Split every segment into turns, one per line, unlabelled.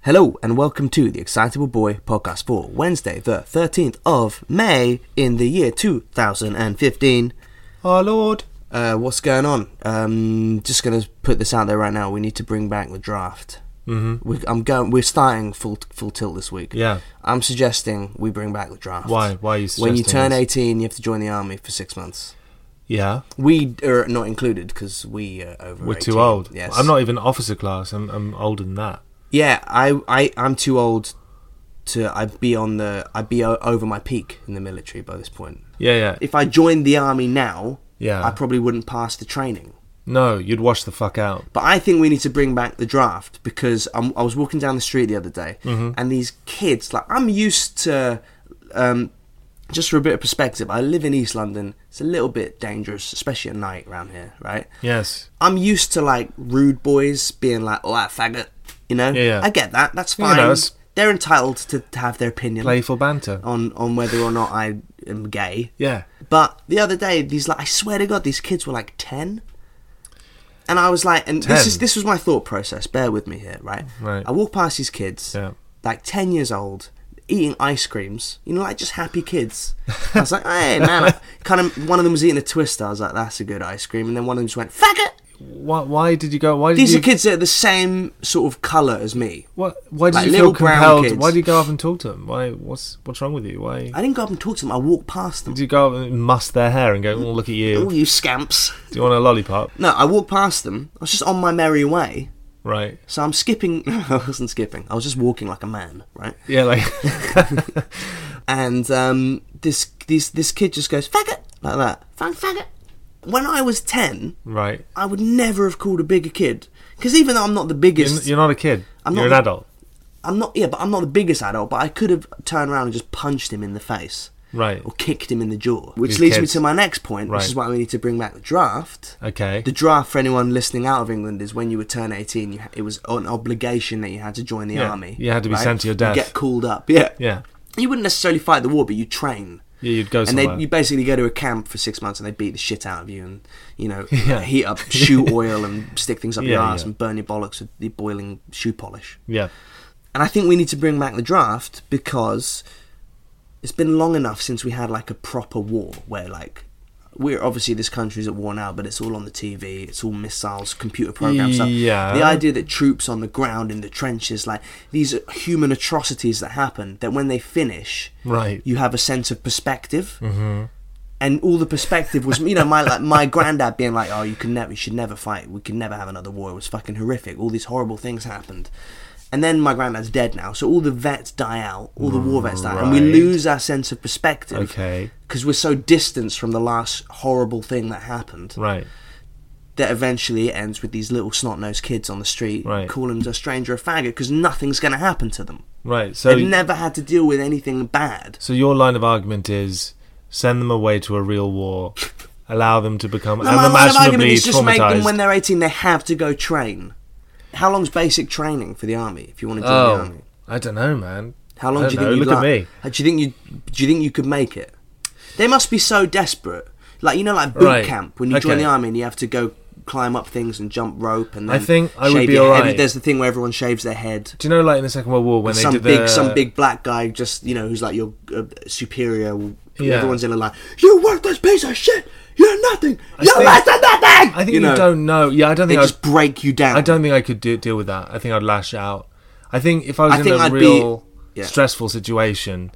Hello and welcome to the Excitable Boy podcast for Wednesday, the 13th of May in the year 2015. Oh Lord. Uh, what's going on? Um, just going to put this out there right now. We need to bring back the draft. Mm-hmm. We, I'm going. We're starting full full tilt this week.
Yeah.
I'm suggesting we bring back the draft.
Why- why are you
When you
suggesting
turn
this?
18, you have to join the army for six months.
Yeah.
We are not included because we are over.
We're
18.
too old.
Yes.
I'm not even officer class. I'm, I'm older than that.
Yeah, I I I'm too old to. I'd be on the. I'd be o- over my peak in the military by this point.
Yeah, yeah.
If I joined the army now,
Yeah.
I probably wouldn't pass the training.
no, you'd wash the fuck out.
But I think we need to bring back the draft because i I was walking down the street the other day,
Mm-hmm.
and these kids, like, I'm used to, um, just for a bit of perspective, I live in East London. It's a little bit dangerous, especially at night around here, right?
Yes.
I'm used to, like, rude boys being like, oh, that faggot, you know?
Yeah, yeah.
I get that. That's
You
fine.
know, it's-
They're entitled to, to have their opinion
Playful banter.
on, on whether or not I am gay.
Yeah.
But the other day, these like I swear to God, these kids were like ten, and I was like, and
10?
this is this was my thought process. Bear with me here, right?
Right.
I walk past these kids,
Yeah.
like ten years old, eating ice creams. You know, like just happy kids. I was like, hey man, I, kind of. One of them was eating a twister. I was like, that's a good ice cream. And then one of them just went, faggot.
Why, why did you go? Why did
These
you,
are kids that are the same sort of colour as me.
What? Why did
Like
you
little
feel
brown
compelled?
kids.
Why did you go up and talk to them? Why? What's what's wrong with you? Why
I didn't go up and talk to them. I walked past them.
did you go up and muss their hair and go? Oh, look at
All
you.
you scamps.
Do you want a lollipop?
No, I walked past them. I was just on my merry way.
Right.
So I'm skipping. No, I wasn't skipping. I was just walking like a man, right?
Yeah. Like.
And um, this this this kid just goes faggot like that. Fag faggot. When I was ten,
right.
I would never have called a bigger kid because even though I'm not the
You're,
biggest,
you're not a kid.
I'm
you're
not-
an adult.
I'm not yeah, but I'm not the biggest adult. But I could have turned around and just punched him in the face
Right.
or kicked him in the jaw, which
These
leads me
kids.
to my next point,
Right.
which is why we need to bring back the draft.
Okay.
The draft for anyone listening out of England is when you would turn 18, you, ha- it was an obligation that you had to join the
Yeah,
army.
you had to be sent to your death.
You get called up, yeah.
yeah.
You wouldn't necessarily fight the war, but you train.
Yeah. You'd go
And
somewhere.
they, you basically go to a camp for six months and they beat the shit out of you and, you know,
Yeah.
heat up shoe oil and stick things up your
Yeah,
ass
yeah.
and burn your bollocks with the boiling shoe polish.
yeah.
And I think we need to bring back the draft because it's been long enough since we had like a proper war where like we're obviously this country's at war now, but it's all on the TV. It's all missiles, computer programs. stuff.
Yeah.
The idea that troops on the ground in the trenches, like these are human atrocities that happen, that when they finish,
Right.
you have a sense of perspective. Mm-hmm. And all the perspective was, you know, my like my granddad being like, "Oh, you can never, you should never fight. We can never have another war. It was fucking horrific. All these horrible things happened." And then my granddad's dead now, so all the vets die out, all the war vets die, out, and we
Right.
lose our sense of perspective.
Okay.
Because we're so distanced from the last horrible thing that happened
Right.
that eventually it ends with these little snot-nosed kids on the street
Right.
calling a stranger a faggot because nothing's going to happen to them.
Right. So
They've never had to deal with anything bad.
So your line of argument is send them away to a real war, allow them to become
No, my line of argument
unimaginably
is just make them
traumatized.
when they're 18, they have to go train. How long's basic training for the army if you want to join the
oh,
army?
I don't know, man.
How long
I
do you think
don't know.
you'd
Look
like-
at me.
Uh, Do you think you do you think you could make it? They must be so desperate. Like you know, like boot
Right.
camp when you join
Okay.
the army and you have to go climb up things and jump rope and
I
then
think I would
shave
be
your
all
head.
right.
There's the thing where everyone shaves their head.
Do you know, like in the Second World War, when they
some
did
big
the
some big black guy just you know who's like your uh, superior.
Yeah.
Everyone's in a line. You worthless piece of shit. You're nothing. You're
think-
less than nothing.
I think you, don't know. Yeah, I don't
They
think I.
just break you down.
I don't think I could do, deal with that. I think I'd lash out. I think if I was
I
in
think
a
I'd be-
real
yeah.
stressful situation,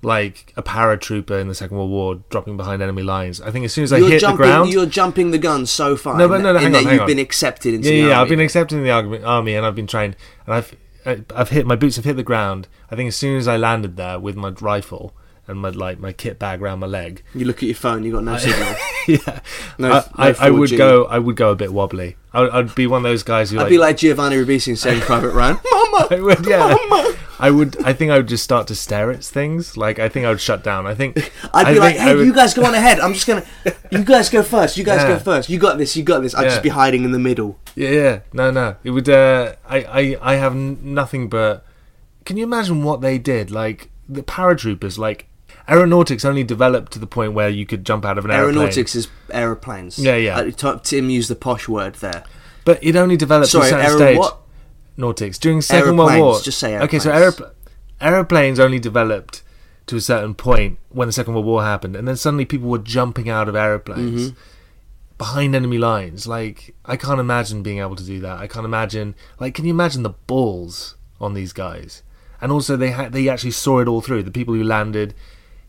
like a paratrooper in the Second World War dropping behind enemy lines, I think as soon as I
You're
hit
jumping.
the ground,
You're jumping the gun so far.
No, but
in
no,
that-
no,
in
hang
that
on, hang
You've
on.
been accepted into
yeah,
the
yeah, I've
army.
been accepted in the army, army, and I've been trained, and I've I- I've hit my boots have hit the ground. I think as soon as I landed there with my rifle and my like my kit bag around my leg.
You look at your phone, you got no signal.
yeah,
No,
I,
f- no
I, I would
4G.
go. I would go a bit wobbly. I, would- I'd be one of those guys who
I'd
like,
be like Giovanni Ribisi in Saving Private Ryan. Mama,
I would, yeah.
Oh
I would. I think I would just start to stare at things. Like I think I would shut down. I think
I'd
I
be like,
think I
hey,
would-
you guys go on ahead. I'm just gonna, you guys go first. You guys
Yeah.
go first. You got this. You got this. I'd
Yeah.
just be hiding in the middle.
Yeah, yeah. No, no. It would. Uh, I, I, I have n- nothing but. Can you imagine what they did? Like the paratroopers. Like aeronautics only developed to the point where you could jump out of an aeroplane.
Aeronautics is aeroplanes.
Yeah, yeah.
Uh, Ti- Tim used the posh word there.
But it only developed
Sorry,
to a certain
aero
stage.
what?
Nautics during Second
Aeroplanes,
World War.
just say
Okay, so
aeroplanes.
aeropl- aeroplanes only developed to a certain point when the Second World War happened, and then suddenly people were jumping out of
Mm-hmm.
aeroplanes behind enemy lines. Like I can't imagine being able to do that. I can't imagine. Like, can you imagine the balls on these guys? And also, they ha- they actually saw it all through. The people who landed,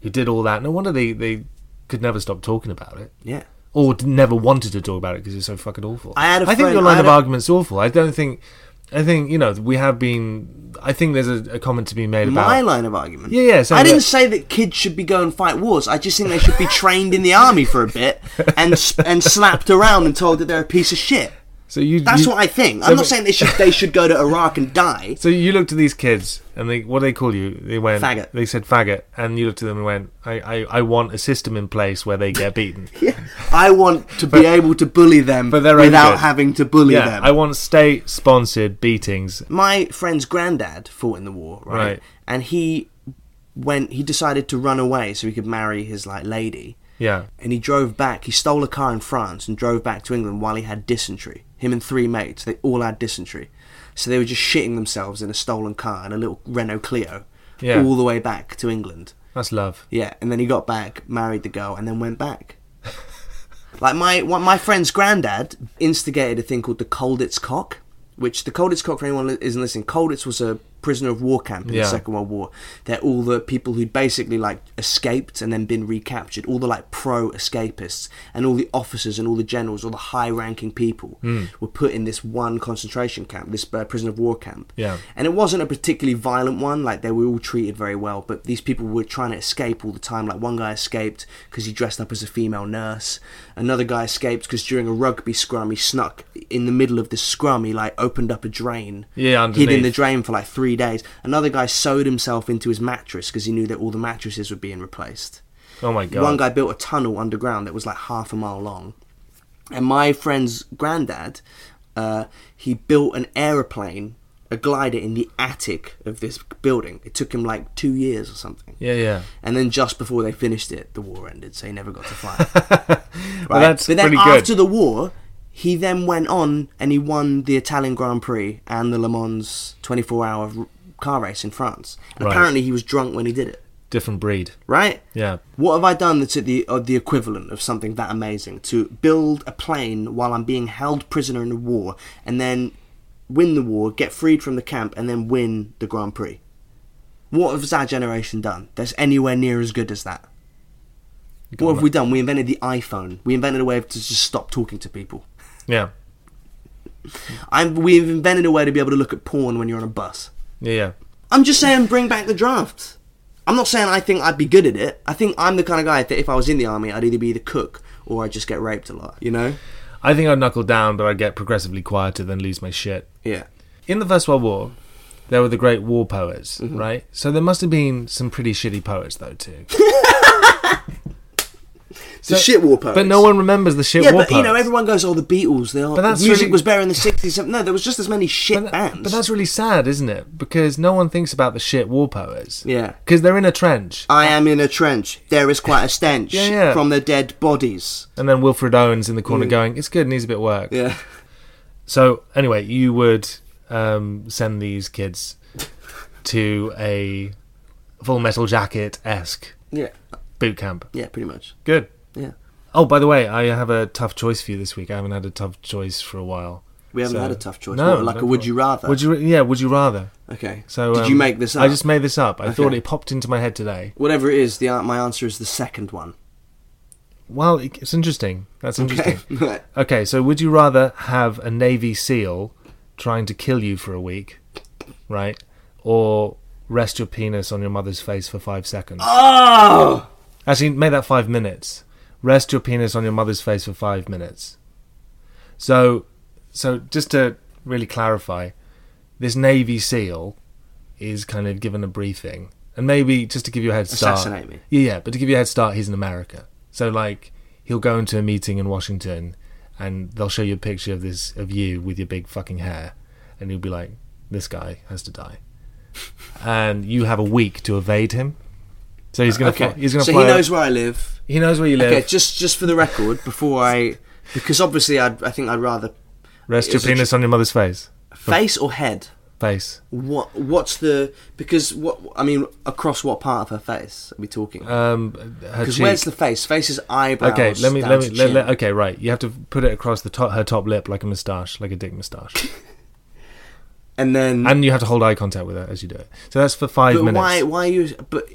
who did all that. No wonder they they could never stop talking about it
Yeah.
or d- never wanted to talk about it because it's so fucking awful.
I had a
think
friend-
your
I
line
had
of
a-
argument's awful. I don't think. I think you know we have been. I think there's a, a comment to be made about.
My line of argument.
Yeah, yeah, so
I didn't
that-
say that kids should be going fight wars. I just think they should be trained in the army for a bit and s- and slapped around and told that they're a piece of shit.
so you.
That's
you-
what I think.
so
I'm not
we-
saying they should they should go to Iraq and die.
So you looked at these kids and they what do they call you? They went
Faggot.
They said faggot, and you looked at them and went, I, I, I want a system in place where they get beaten.
I want to be able to bully them
for their own
without
good.
having to bully
yeah,
them.
I want state sponsored beatings.
my friend's granddad fought in the war, right?
Right.
And he went. He decided to run away so he could marry his like lady.
Yeah,
And he drove back. He stole a car in France and drove back to England while he had dysentery. Him and three mates, they all had dysentery, so they were just shitting themselves in a stolen car in a little Renault Clio,
Yeah.
all the way back to England.
that's love.
Yeah, and then he got back, married the girl, and then went back. like my one, my friend's granddad instigated a thing called the Colditz Cock, which the Colditz Cock for anyone li- isn't listening. Colditz was a prisoner of war camp in
Yeah.
the Second World War. They're all the people who'd basically like escaped and then been recaptured. All the like pro escapists and all the officers and all the generals, all the high ranking people were put in this one concentration camp, this uh, prisoner of war camp.
Yeah.
And it wasn't a particularly violent one, like they were all treated very well, but these people were trying to escape all the time. Like one guy escaped because he dressed up as a female nurse. Another guy escaped because during a rugby scrum, he snuck in the middle of this scrum. He like opened up a drain,
Yeah,
hid in the
underneath.
drain for like three days. Another guy sewed himself into his mattress because he knew that all the mattresses were being replaced.
Oh my god.
One guy built a tunnel underground that was like half a mile long. And my friend's granddad, uh, he built an aeroplane, a glider in the attic of this building. It took him like two years or something.
Yeah, yeah.
And then just before they finished it, the war ended, so he never got to fly. it.
Well,
Right?
that's
but then
pretty good.
after the war, he then went on and he won the Italian Grand Prix and the Le Mans 24 hour r- car race in France. And
Right.
apparently he was drunk when he did it,
Different breed.
right?
Yeah.
What have I done that's at the uh, the equivalent of something that amazing? To build a plane while I'm being held prisoner in a war, and then win the war, get freed from the camp, and then win the Grand Prix. What has our generation done that's anywhere near as good as that? What have we done? We invented the iPhone. We invented a way to just stop talking to people.
Yeah.
I'm, we've invented a way to be able to look at porn when you're on a bus.
Yeah, yeah.
I'm just saying, bring back the draft. I'm not saying I think I'd be good at it. I think I'm the kind of guy that if I was in the army, I'd either be the cook or I'd just get raped a lot. You know?
I think I'd knuckle down, but I'd get progressively quieter, then lose my shit.
Yeah.
In the First World War, there were the great war poets,
Mm-hmm.
right? So there must have been some pretty shitty poets, though, too.
The shit war poets.
But no one remembers the shit
Yeah,
war
but you know,
poets.
everyone goes, "Oh, the Beatles." They are.
But that's
music
really-
was better in the '60s. No, there was just as many shit
But, that-
bands.
but that's really sad, isn't it? Because no one thinks about the shit war poets.
Yeah.
Because they're in a trench.
I am in a trench. There is quite a stench
Yeah, yeah.
from the dead bodies.
And then Wilfred Owen's in the corner going, it's good, needs a bit of work.
Mm. Yeah.
So anyway, you would um, send these kids to a full metal jacket esque
Yeah.
boot camp.
Yeah. Pretty much.
Good.
Yeah.
Oh, by the way, I have a tough choice for you this week. I haven't had a tough choice for a while.
We haven't
So-
had a tough choice.
No,
What, like a
no
would
choice.
you rather?
Would you? Yeah, would you rather?
Okay.
So
did
um,
you make this up?
I just made this up. I thought
Okay.
it popped into my head today.
Whatever it is, the an- my answer is the second one.
Well, it- it's interesting. That's
Okay.
interesting. okay, so would you rather have a Navy SEAL trying to kill you for a week, right, or rest your penis on your mother's face for five seconds.
Oh!
Actually, make that five minutes. Rest your penis on your mother's face for five minutes. So, so just to really clarify, this Navy SEAL is kind of given a briefing, and maybe just to give you a head start.
Assassinate me.
Yeah, yeah, but to give you a head start, he's in America. So, like, he'll go into a meeting in Washington, and they'll show you a picture of this of you with your big fucking hair, and you'll be like, "This guy has to die," and you have a week to evade him. So he's gonna.
Okay.
Fly, he's gonna.
so
fly
he
over-
knows where I live.
he knows where you live.
Okay, just just for the record, before I, because obviously I'd, I think I'd rather
Rest your
it's a tr-
penis on your mother's face.
face or head.
Face.
What what's the because what I mean across what part of her face are we talking?
Um, her
Because
cheek.
where's the face? Face is eyebrows.
okay, let me
down
let
to
me let,
chin.
let- uh, okay, right. You have to put it across the top, her top lip like a moustache, like a dick moustache,
and then
and you have to hold eye contact with her as you do it. So that's for five
but
minutes.
why why are you but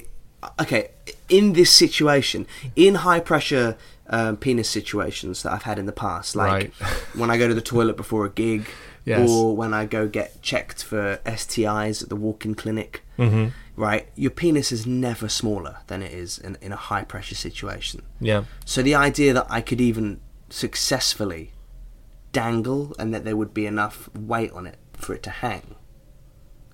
okay in this situation in high pressure um, penis situations that I've had in the past like
Right.
when I go to the toilet before a gig
Yes.
or when I go get checked for STIs at the walk-in clinic
Mm-hmm.
right your penis is never smaller than it is in, in a high pressure situation
Yeah.
so the idea that I could even successfully dangle and that there would be enough weight on it for it to hang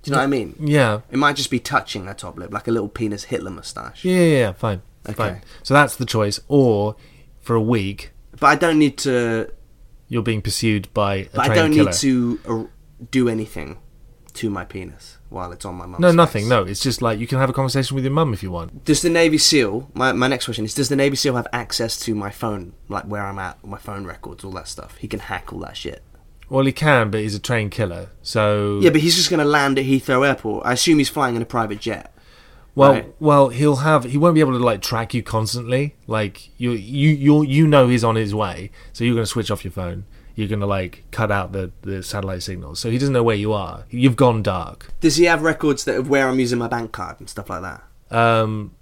do you know what I mean
Yeah.
it might just be touching her top lip, like a little penis Hitler moustache.
Yeah. Yeah. yeah, Fine.
Okay.
Fine. So that's the choice, or for a week
But I don't need to.
you're being pursued by a
But
trained
I don't
killer.
need to uh, do anything to my penis while it's on my mum's.
No,
face.
nothing. No, it's just like you can have a conversation with your mum if you want.
Does the Navy SEAL? My my next question is: Does the Navy SEAL have access to my phone, like where I'm at, my phone records, all that stuff? He can hack all that shit.
Well, he can, but he's a trained killer. So
Yeah, but he's just gonna land at Heathrow Airport. I assume he's flying in a private jet.
Well,
Right.
well, he'll have he won't be able to like track you constantly. Like you, you, you, you know he's on his way, so you're going to switch off your phone. You're going to like cut out the the satellite signals, so he doesn't know where you are. You've gone dark.
Does he have records that of where I'm using my bank card and stuff like that?
Um,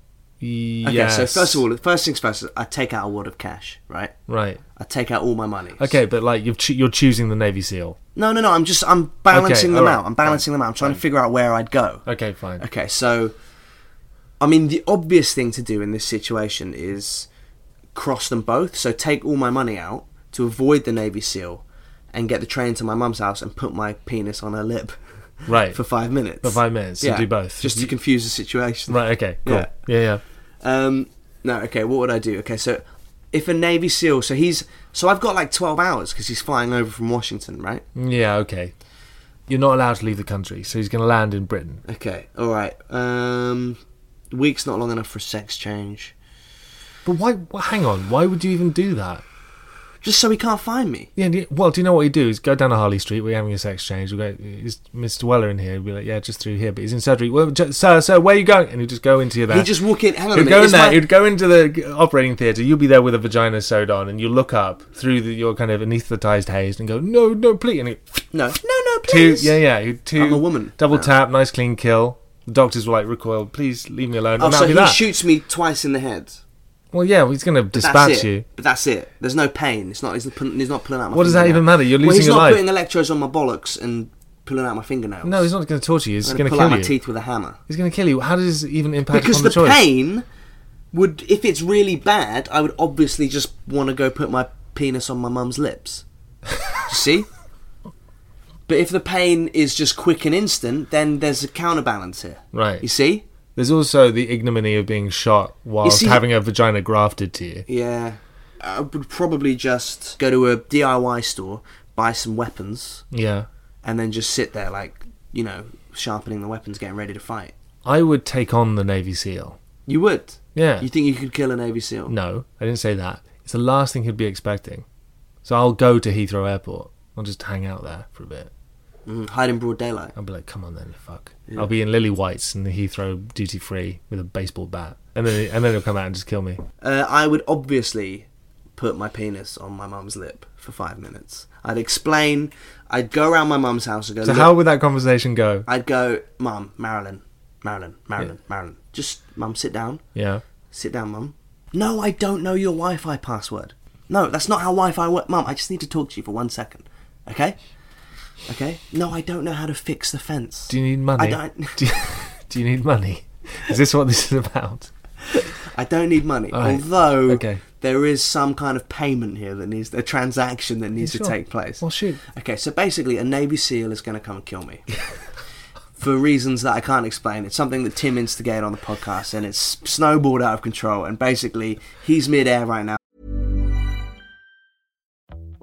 Okay,
yes.
so first of all, first things first, I take out a wad of cash, right?
right?
I take out all my money.
Okay, but like you've cho- you're choosing the Navy SEAL.
No, no, no. I'm just I'm balancing
Okay,
them
alright,
out. I'm balancing them out. I'm trying to figure out where I'd go.
Okay, fine.
Okay, so I mean the obvious thing to do in this situation is cross them both. So take all my money out to avoid the Navy SEAL and get the train to my mum's house and put my penis on her lip
Right.
for 5 minutes.
For five minutes, so do both.
Just to
You-
confuse the situation.
Right. Okay. Cool.
Yeah.
Yeah. Yeah.
Um, no, okay, what would I do? Okay, so if a Navy SEAL, so he's, so I've got like 12 hours because he's flying over from Washington, right?
Yeah. Okay. You're not allowed to leave the country, so he's going to land in Britain.
Okay, all right. Um, week's not long enough for a sex change.
But why? wh- Hang on. Why would you even do that?
Just so he can't find me.
Yeah, do you- well, do you know what we do? Is go down to Harley Street. We're having a sex change. We go, is Mr. Weller in here? We'll be like, yeah, just through here. But he's in surgery. Well, ju- sir, sir, where are you going? And he'd just go into your there.
He'd just walk in. Hang on a
He'd
minute.
go in
is
there.
my-
He'd go into the g- operating theatre. You'll be there with a vagina sewed on, and you look up through the, your kind of anaesthetized haze and go, no, no, please. And he,
no, no, no,
two,
please.
yeah, yeah, he'd two.
I'm a woman.
Double
No.
tap, nice clean kill. The doctors were like, recoil, please leave me alone.
Oh,
and
so
that'd
he
be that.
shoots me twice in the head.
well, yeah, well, he's going to
That's it.
dispatch you.
But that's it. There's no pain. It's not. He's not pulling, he's not pulling out my.
What does that
fingernail.
even matter? You're
well,
losing
he's
your
not
life.
putting electrodes on my bollocks and pulling out my fingernails.
No, he's not going to torture you. He's
I'm
going to
pull
kill
out
you.
my teeth with a hammer.
He's going to kill you. How does this even impact
Because
on
the,
the, choice?
pain would, if it's really bad, I would obviously just want to go put my penis on my mum's lips. You See? But if the pain is just quick and instant, then there's a counterbalance here.
Right.
You see?
There's also the ignominy of being shot whilst
see-
having a vagina grafted to you.
Yeah. I would probably just go to a DIY store, buy some weapons,
Yeah.
and then just sit there, like, you know, sharpening the weapons, getting ready to fight.
I would take on the Navy SEAL.
You would?
Yeah.
You think you could kill a Navy SEAL?
no, I didn't say that. It's the last thing he'd be expecting. So I'll go to Heathrow Airport. I'll just hang out there for a bit.
Mm, hide in broad daylight.
I'll be like, come on then, you fuck. I'll be in Lily White's in the Heathrow duty free with a baseball bat. And then, and then he'll come out and just kill me.
Uh, I would obviously put my penis on my mum's lip for five minutes. I'd explain. I'd go around my mum's house and go.
So,
"Look,"
how would that conversation go?
I'd go, Mum, Marilyn, Marilyn, Marilyn, Marilyn. Just, Mum, sit down.
Yeah.
Sit down, Mum. No, I don't know your Wi Fi password. No, that's not how Wi Fi works. Mum, I just need to talk to you for one second. Okay? Okay? No, I don't know how to fix the fence.
Do you need money?
I don't.
Do you, Do you need money? Is this what this is about?
I don't need money.
All right.
Although
Okay.
there is some kind of payment here that needs a transaction that needs
Yeah,
to
sure.
take place.
Well, shoot.
Okay, so basically, a Navy SEAL is going to come and kill me. For reasons that I can't explain, it's something that Tim instigated on the podcast, and it's snowballed out of control. And basically, he's midair right now.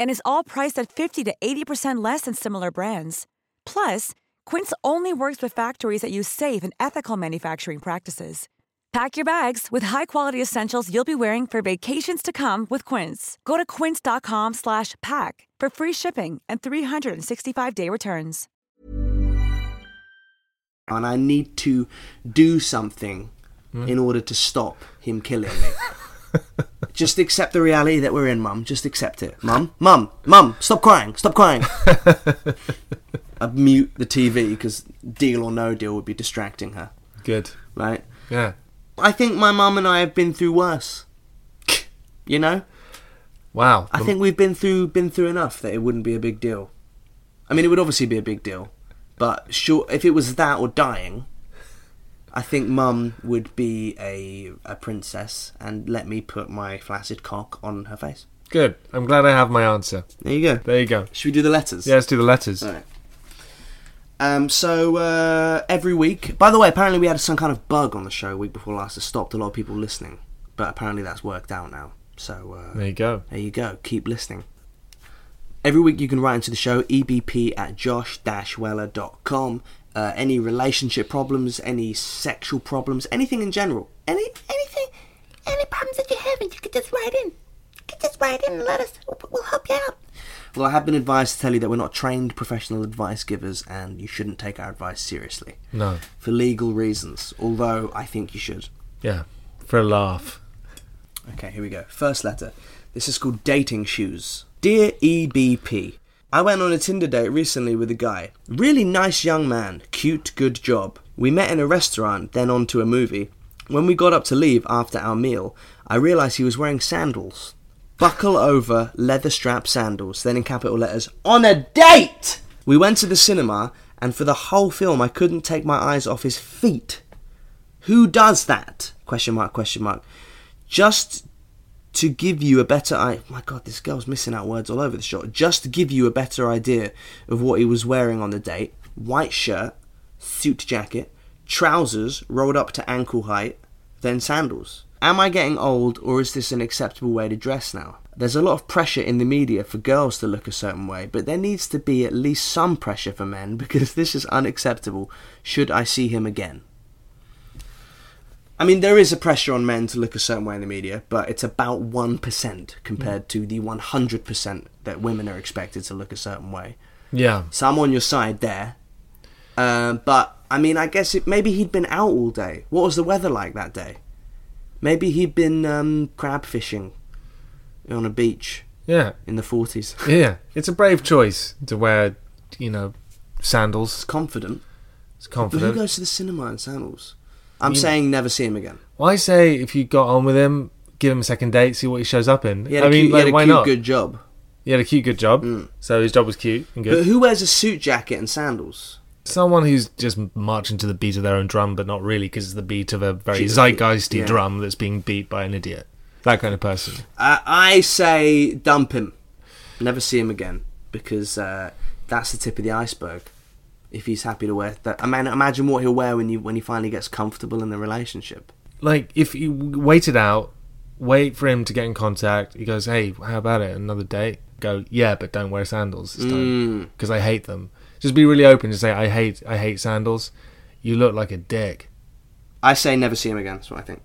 And is all priced at 50 to 80% less than similar brands. Plus, Quince only works with factories that use safe and ethical manufacturing practices. Pack your bags with high-quality essentials you'll be wearing for vacations to come with Quince. Go to quince.com slash pack for free shipping and 365-day returns.
and I need to do something in order to stop him killing me. Just accept the reality that we're in, Mum. Just accept it, Mum. Mum, Mum, stop crying, stop crying. I mute the TV because Deal or No Deal would be distracting her,
Good.
right?
Yeah.
I think my mum and I have been through worse. You know,
Wow.
I think we've been through been through enough that it wouldn't be a big deal. I mean, it would obviously be a big deal, but sure, if it was that or dying, I think Mum would be a a princess and let me put my flaccid cock on her face.
Good. I'm glad I have my answer.
There you go.
There you go.
Should we do the letters?
Yeah, let's do the letters.
All right. Um, so uh, every week. By the way, apparently we had some kind of bug on the show week before last that stopped a lot of people listening, but apparently that's worked out now. So uh,
There you go.
there you go. Keep listening. Every week you can write into the show, ebp at josh-weller.com. Uh, any relationship problems, any sexual problems, anything in general. Any anything, any problems that you have, and you could just write in. You could just write in and let us, we'll help you out. Well, I have been advised to tell you that we're not trained professional advice givers, and you shouldn't take our advice seriously.
No.
For legal reasons, although I think you should.
Yeah. For a laugh.
Okay, here we go. First letter. This is called Dating Shoes. Dear EBP, I went on a Tinder date recently with a guy. Really nice young man. Cute, good job. We met in a restaurant, then on to a movie. When we got up to leave after our meal, I realised he was wearing sandals. Buckle over leather strap sandals, then in capital letters, on a date! We went to the cinema, and for the whole film, I couldn't take my eyes off his feet. Who does that? Question mark, question mark. Just to give you a better I my god, this girl's missing out words all over the shop. Just to give you a better idea of what he was wearing on the date. White shirt, suit jacket, trousers rolled up to ankle height, then sandals. Am I getting old or is this an acceptable way to dress now? There's a lot of pressure in the media for girls to look a certain way, but there needs to be at least some pressure for men because this is unacceptable. Should I see him again? I mean, there is a pressure on men to look a certain way in the media, but it's about 1%
Mm.
compared to the 100% that women are expected to look a certain way.
Yeah.
So I'm on your side there. Um, but, I mean, I guess it, maybe he'd been out all day. What was the weather like that day? Maybe he'd been um, crab fishing on a beach
Yeah.
in the 40s.
Yeah. It's a brave choice to wear, you know, sandals.
Confident.
It's
But who
confident.
goes to the cinema in sandals? I'm saying never see him again.
Well, I say if you got on with him, give him a second date, see what he shows up in.
He had
I
a cute,
mean,
he
like,
had a
why
cute
not?
good Mm. job.
He had a cute, good job. So his job was cute and good.
But who wears a suit jacket and sandals?
Someone who's just marching to the beat of their own drum, but not really, because it's the beat of a very
She's-
zeitgeisty
yeah.
drum that's being beat by an idiot. That kind of person.
Uh, I say dump him. Never see him again because uh, that's the tip of the iceberg. If he's happy to wear that, I mean, imagine what he'll wear when you when he finally gets comfortable in the relationship.
Like, if you wait it out, wait for him to get in contact, he goes, hey, how about it? Another date? Go, yeah, but don't wear sandals this
Mm.
time, because I hate them. Just be really open and say, I hate, I hate sandals. You look like a dick.
I say never see him again. That's what I think.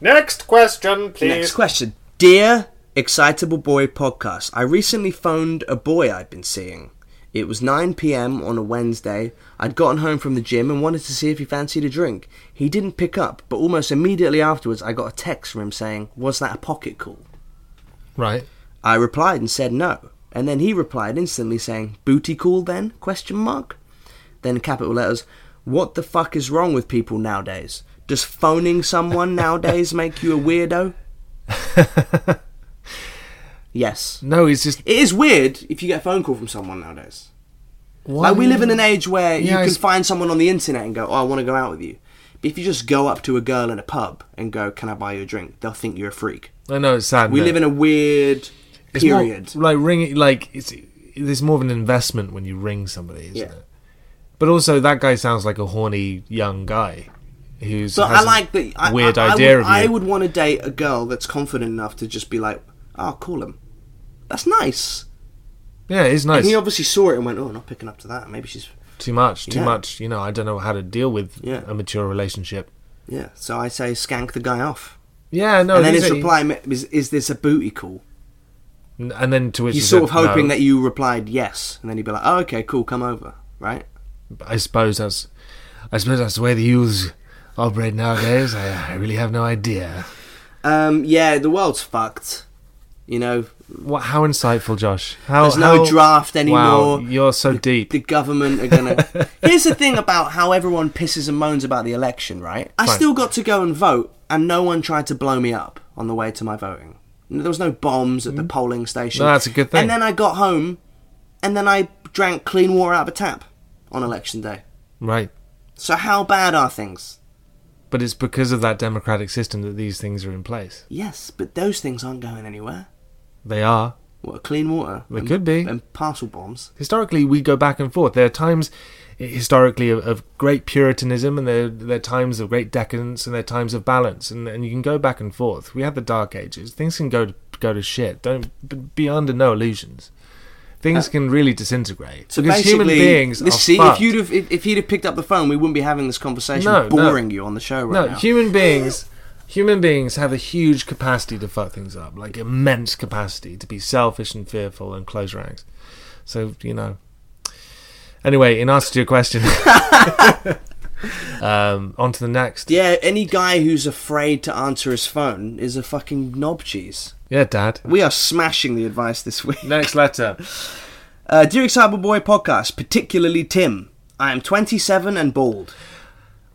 Next question, please.
Next question, dear excitable boy podcast. I recently phoned a boy I've been seeing. It was 9 p.m. on a Wednesday. I'd gotten home from the gym and wanted to see if he fancied a drink. He didn't pick up, but almost immediately afterwards, I got a text from him saying, Was that a pocket call?
Right.
I replied and said no, and then he replied instantly saying, "Booty call then?" Question mark. Then capital letters. What the fuck is wrong with people nowadays? Does phoning someone nowadays make you a weirdo? yes.
No, it's just
It is weird if you get a phone call from someone nowadays.
why
Like we live in an age where
Yeah,
you can
it's-
find someone on the internet and go, "Oh, I want to go out with you." But if you just go up to a girl in a pub and go, "Can I buy you a drink?" They'll think you're a freak.
I know it's sad.
We
isn't
live
it?
in a weird
It's more
period.
like ring, like it's there's more of an investment when you ring somebody, isn't
Yeah.
it? But also, that guy sounds like a horny young guy who's.
But
has
I
a
like the I,
weird
I, I
idea
would,
of you.
I would want to date a girl that's confident enough to just be like, "Oh, call him." That's nice.
yeah, it's nice.
And he obviously saw it and went, "Oh, not picking up to that. Maybe she's
too much, too
Yeah.
much. You know, I don't know how to deal with
Yeah.
a mature relationship.
yeah." So I say, "Skank the guy off."
Yeah, no.
and then
these
his
are-
reply ma- is, "Is this a booty call?"
N- and then to which
He's
he
sort
said,
of hoping
no.
that you replied yes, and then he'd be like, "Oh, okay, cool, come over." Right?
I suppose that's, I suppose that's the way the youths operate nowadays. I, I really have no idea.
Um, yeah, the world's fucked. You know,
What? How insightful, Josh. How,
There's no
how-
draft anymore.
Wow, you're so deep.
the government are gonna. Here's the thing about how everyone pisses and moans about the election, right? I
Fine.
still got to go and vote, and no one tried to blow me up on the way to my voting. There was no bombs at the polling station.
Mm. No, that's a good thing.
And then I got home, and then I drank clean water out of a tap on election day.
right.
So how bad are things?
But it's because of that democratic system that these things are in place.
Yes, but those things aren't going anywhere.
They are.
What clean water?
They
and-
could be.
and parcel bombs.
Historically, we go back and forth. There are times eh, historically of, of great puritanism, and there, there are times of great decadence, and there are times of balance, and, and you can go back and forth. We had the Dark Ages. Things can go to, go to shit. Don't b- be under no illusions. Things can really disintegrate.
Uh, So
because
basically,
human beings
this,
are
see,
fucked.
if you'd have if, if he'd have picked up the phone, we wouldn't be having this conversation,
No, no.
boring you on the show right
no,
now.
human beings, human beings have a huge capacity to fuck things up, like immense capacity to be selfish and fearful and close ranks. So you know. Anyway, in answer to your question, um, on to the next. Yeah,
Yeah, any guy who's afraid to answer his phone is a fucking knob cheese.
Dad.
We are smashing the advice this week.
Next letter.
Uh, Dear Cyberboy podcast, particularly Tim, I am 27 and bald.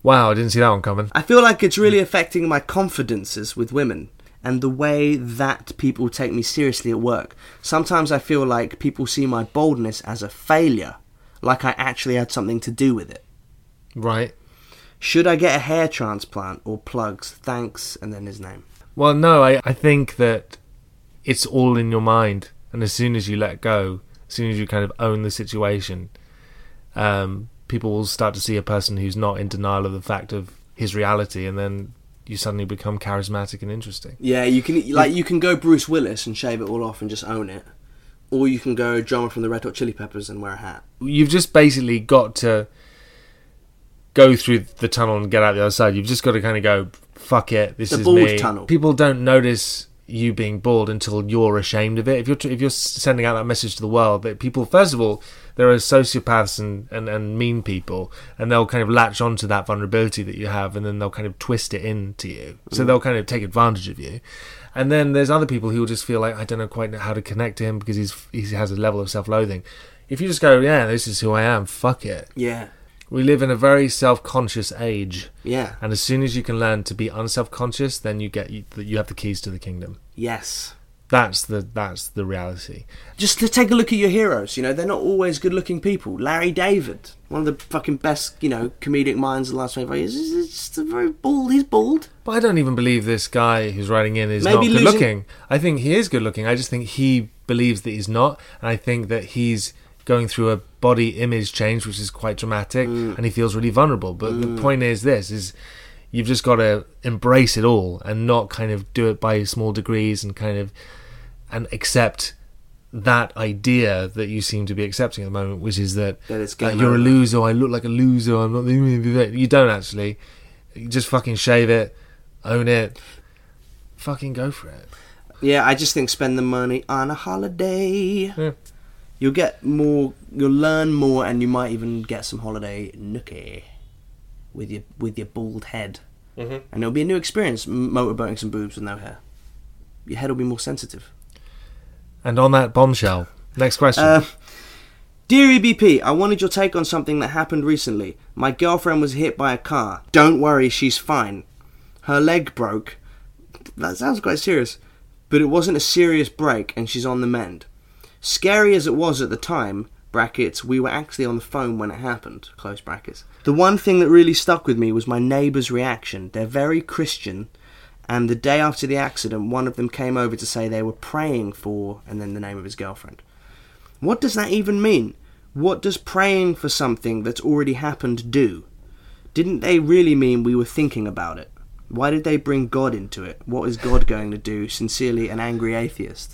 Wow, I didn't see that one coming.
I feel like it's really affecting my confidences with women and the way that people take me seriously at work. Sometimes I feel like people see my baldness as a failure, like I actually had something to do with it.
Right.
Should I get a hair transplant or plugs? Thanks, and then his name.
Well, no, I, I think that it's all in your mind, and as soon as you let go, as soon as you kind of own the situation, um, people will start to see a person who's not in denial of the fact of his reality, and then you suddenly become charismatic and interesting.
Yeah, you can like you can go Bruce Willis and shave it all off and just own it, or you can go drummer from the Red Hot Chili Peppers and wear a hat.
You've just basically got to go through the tunnel and get out the other side. You've just got to kind of go, fuck it, this
The
is
bald
me.
tunnel.
People don't notice you being bald until you're ashamed of it. If you're if you're sending out that message to the world that people, first of all, there are sociopaths and, and, and mean people, and they'll kind of latch onto that vulnerability that you have, and then they'll kind of twist it into you. So
Mm.
they'll kind of take advantage of you. And then there's other people who will just feel like I don't know quite how to connect to him because he's he has a level of self-loathing. If you just go, yeah, this is who I am, fuck it.
Yeah,
We live in a very self-conscious age.
yeah,
And as soon as you can learn to be unselfconscious, then you get you, you have the keys to the kingdom.
yes.
That's the that's the reality.
Just to take a look at your heroes. You know they're not always good-looking people. Larry David, one of the fucking best you know comedic minds of the last twenty-five years, is is just a very bald. He's bald.
But I don't even believe this guy who's writing in is
Maybe
not good
losing-
looking. I think he is good looking. I just think he believes that he's not, and I think that he's going through a body image change, which is quite dramatic,
Mm.
and he feels really vulnerable. But the point is this: is you've just got to embrace it all and not kind of do it by small degrees and kind of and accept that idea that you seem to be accepting at the moment, which is that,
That it's
uh,
game
you're a
over.
loser, I look like a loser, I'm not. You don't actually. You just fucking shave it, own it, fucking go for it.
Yeah, I just think spend the money on a holiday.
Yeah.
You'll get more. You'll learn more, and you might even get some holiday nookie with your with your bald head. Mm-hmm. And it'll be a new experience m- motorboating some boobs with no hair. Your head will be more sensitive.
And on that bombshell, next question.
Uh, Dear EBP, I wanted your take on something that happened recently. My girlfriend was hit by a car. Don't worry, she's fine. Her leg broke. That sounds quite serious. But it wasn't a serious break, and she's on the mend. Scary as it was at the time, brackets, we were actually on the phone when it happened, close brackets. The one thing that really stuck with me was my neighbour's reaction. They're very Christian, and the day after the accident, one of them came over to say they were praying for, and then the name of his girlfriend. What does that even mean? What does praying for something that's already happened do? Didn't they really mean we were thinking about it? Why did they bring God into it? What is God going to do? Sincerely, an angry atheist.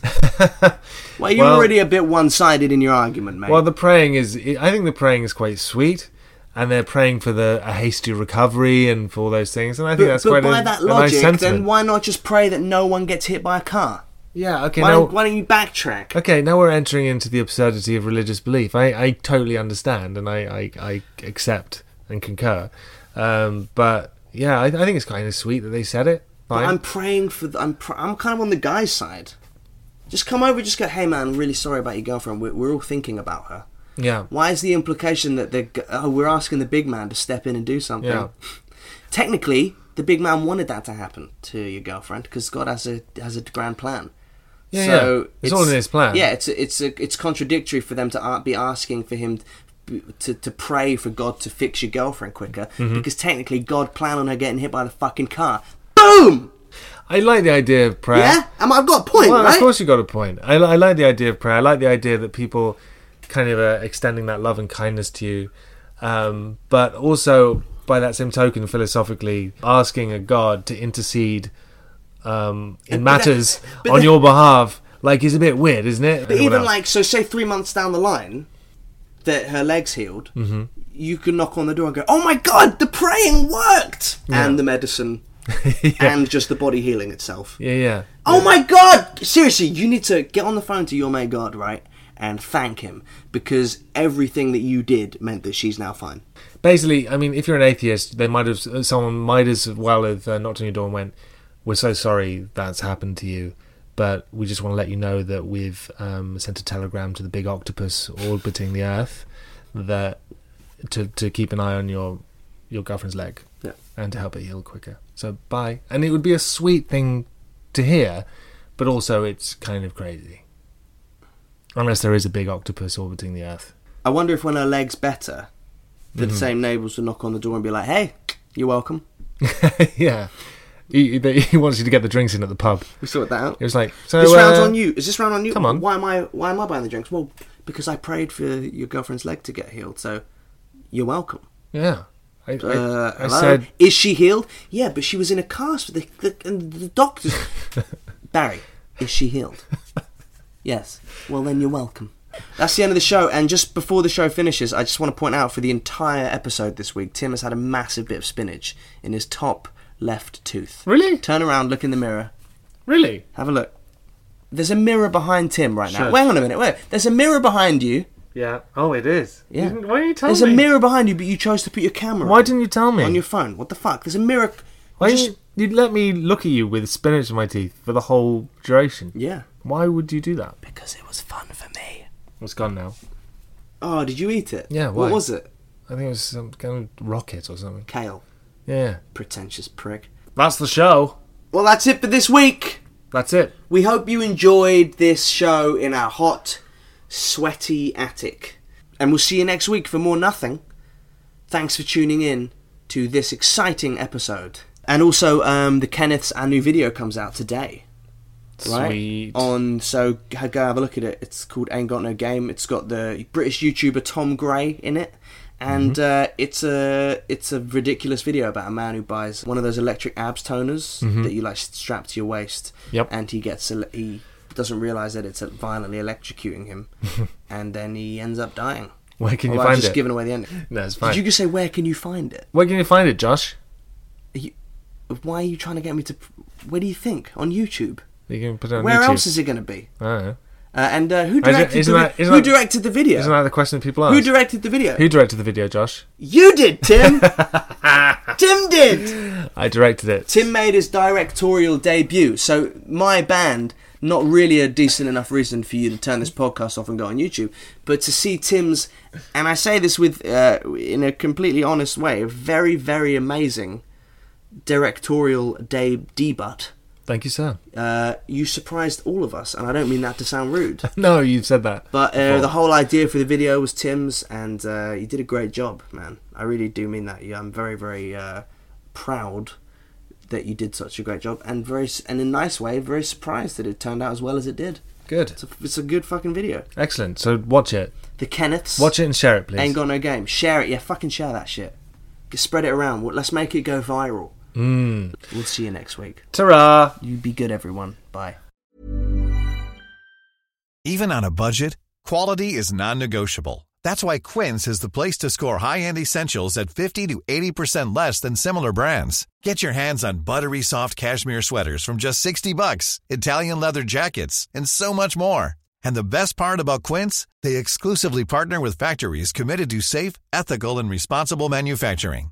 Well, you're
Well-
already a bit one sided in your argument, mate.
well, the praying is. I think the praying is quite sweet, and they're praying for the a hasty recovery and for all those things. And I think
but
that's
but
quite
by
a,
that
a nice
logic,
sentiment.
then why not just pray that no one gets hit by a car?
yeah. Okay.
why,
now,
don't, why don't you backtrack?
Okay, now we're entering into the absurdity of religious belief. I, I totally understand and I, I, I accept and concur. Um, but yeah, I, I think it's kind of sweet that they said it.
But
Fine.
I'm praying for. The, I'm pr- I'm kind of on the guy's side. Just come over, just go. Hey, man, I'm really sorry about your girlfriend. We're, we're all thinking about her.
yeah.
Why is the implication that the g- oh we're asking the big man to step in and do something?
Yeah.
Technically, the big man wanted that to happen to your girlfriend because God has a has a grand plan.
Yeah, yeah. It's all in his plan.
Yeah, it's it's uh, it's contradictory for them to a- be asking for him to to pray for God to fix your girlfriend quicker
Mm-hmm.
because technically God planned on her getting hit by the fucking car. Boom.
I like the idea of prayer.
Yeah, am I, I've got a point,
Well,
right?
of course you got a point. I, li- I like the idea of prayer. I like the idea that people kind of are extending that love and kindness to you. Um, but also, by that same token, philosophically, asking a God to intercede um, in
But that-
matters
but
on
that-
your behalf, like, is a bit weird, isn't it?
But
Anyone
even
else?
like, so say three months down the line, that her legs healed,
Mm-hmm.
you can knock on the door and go, "Oh my god, the praying worked," and the medicine, and just the body healing itself.
Yeah, yeah.
Oh my god! Seriously, you need to get on the phone to your mate God, right? And thank him because everything that you did meant that she's now fine.
Basically, I mean, if you're an atheist, they might have someone might as well have uh, knocked on your door and went, "We're so sorry that's happened to you, but we just want to let you know that we've um, sent a telegram to the big octopus orbiting the Earth that to to keep an eye on your your girlfriend's leg
Yeah.
and to help it heal quicker. So bye." And it would be a sweet thing to hear, but also it's kind of crazy, unless there is a big octopus orbiting the Earth.
I wonder if when her legs better, the
Mm-hmm.
same neighbours would knock on the door and be like, "Hey, you're welcome."
yeah. He, he, he wants you to get the drinks in at the pub.
We sorted that out.
It was like, so.
this round's
uh,
on you. Is this round on you?
come on.
Why am I? Why am I buying the drinks? Well, because I prayed for your girlfriend's leg to get healed. So you're welcome.
Yeah. I, I,
Uh,
I
hello?
said,
is she healed? Yeah, but she was in a cast with the, the, and the doctors. Barry, is she healed? yes. Well, then you're welcome. That's the end of the show. And just before the show finishes, I just want to point out for the entire episode this week, Tim has had a massive bit of spinach in his top left tooth.
Really?
Turn around, look in the mirror.
really?
Have a look. There's a mirror behind Tim right now. Hang on a minute. Wait. There's a mirror behind you.
Yeah. Oh, it is.
Yeah.
Why are you telling
There's
me?
a mirror behind you, but you chose to put your camera.
Why didn't you tell me?
on your phone? What the fuck? There's a mirror.
Why
Just-
didn't you you'd let me look at you with spinach in my teeth for the whole duration?
Yeah.
Why would you do that?
Because it was fun for me.
It's gone now.
Oh, did you eat it?
Yeah,
What
why?
was it?
I think it was some kind of rocket or something.
Kale.
Yeah.
Pretentious prick.
That's the show.
Well, that's it for this week.
That's it.
We hope you enjoyed this show in our hot, sweaty attic. And we'll see you next week for more nothing. Thanks for tuning in to this exciting episode. And also, um, the Kenneth's, our new video comes out today. Right?
Sweet.
On, so ha- go have a look at it. It's called Ain't Got No Game. It's got the British YouTuber Tom Gray in it. And
Mm-hmm.
uh, it's a it's a ridiculous video about a man who buys one of those electric abs toners that you like strap to your waist,
Mm-hmm. Yep.
and he gets ele- he doesn't realize that it's violently electrocuting him, and then he ends up dying.
Where can you
Well, I've
find
just
it?
given away the ending.
No, it's fine.
Did you just say where can you find it?
Where can you find it, Josh?
Are you, why are you trying to get me to? Where do you think on YouTube?
You can put it on
where
YouTube.
else is it going to be?
I don't know.
Uh, and uh, who
Isn't-
directed?
isn't
the,
that-
vi-
isn't
who
that-
directed the video?
Isn't that the question that people ask?
who directed the video?
Who directed the video, Josh?
you did, Tim. Tim did.
I directed it.
Tim made his directorial debut. So my band, not really a decent enough reason for you to turn this podcast off and go on YouTube, but to see Tim's, and I say this with uh, in a completely honest way, a very very amazing directorial de- debut.
Thank you, sir.
Uh, you surprised all of us, and I don't mean that to sound rude.
No, you've said that.
But uh,
before.
the whole idea for the video was Tim's, and uh, you did a great job, man. I really do mean that. Yeah, I'm very, very uh, proud that you did such a great job, and very, s- and in a nice way, very surprised that it turned out as well as it did.
good,
It's a, it's a good fucking video.
excellent. So watch it,
The Kenneths.
watch it, and share it, please.
Ain't got no game. Share it, yeah. Fucking share that shit. Just Spread it around. Well, Let's make it go viral.
Mm.
We'll see you next week.
Ta-ra!
You be good, everyone. Bye.
Even on a budget, quality is non-negotiable. That's why Quince is the place to score high-end essentials at 50 to 80% less than similar brands. Get your hands on buttery soft cashmere sweaters from just 60 bucks, Italian leather jackets, and so much more. And the best part about Quince, they exclusively partner with factories committed to safe, ethical, and responsible manufacturing.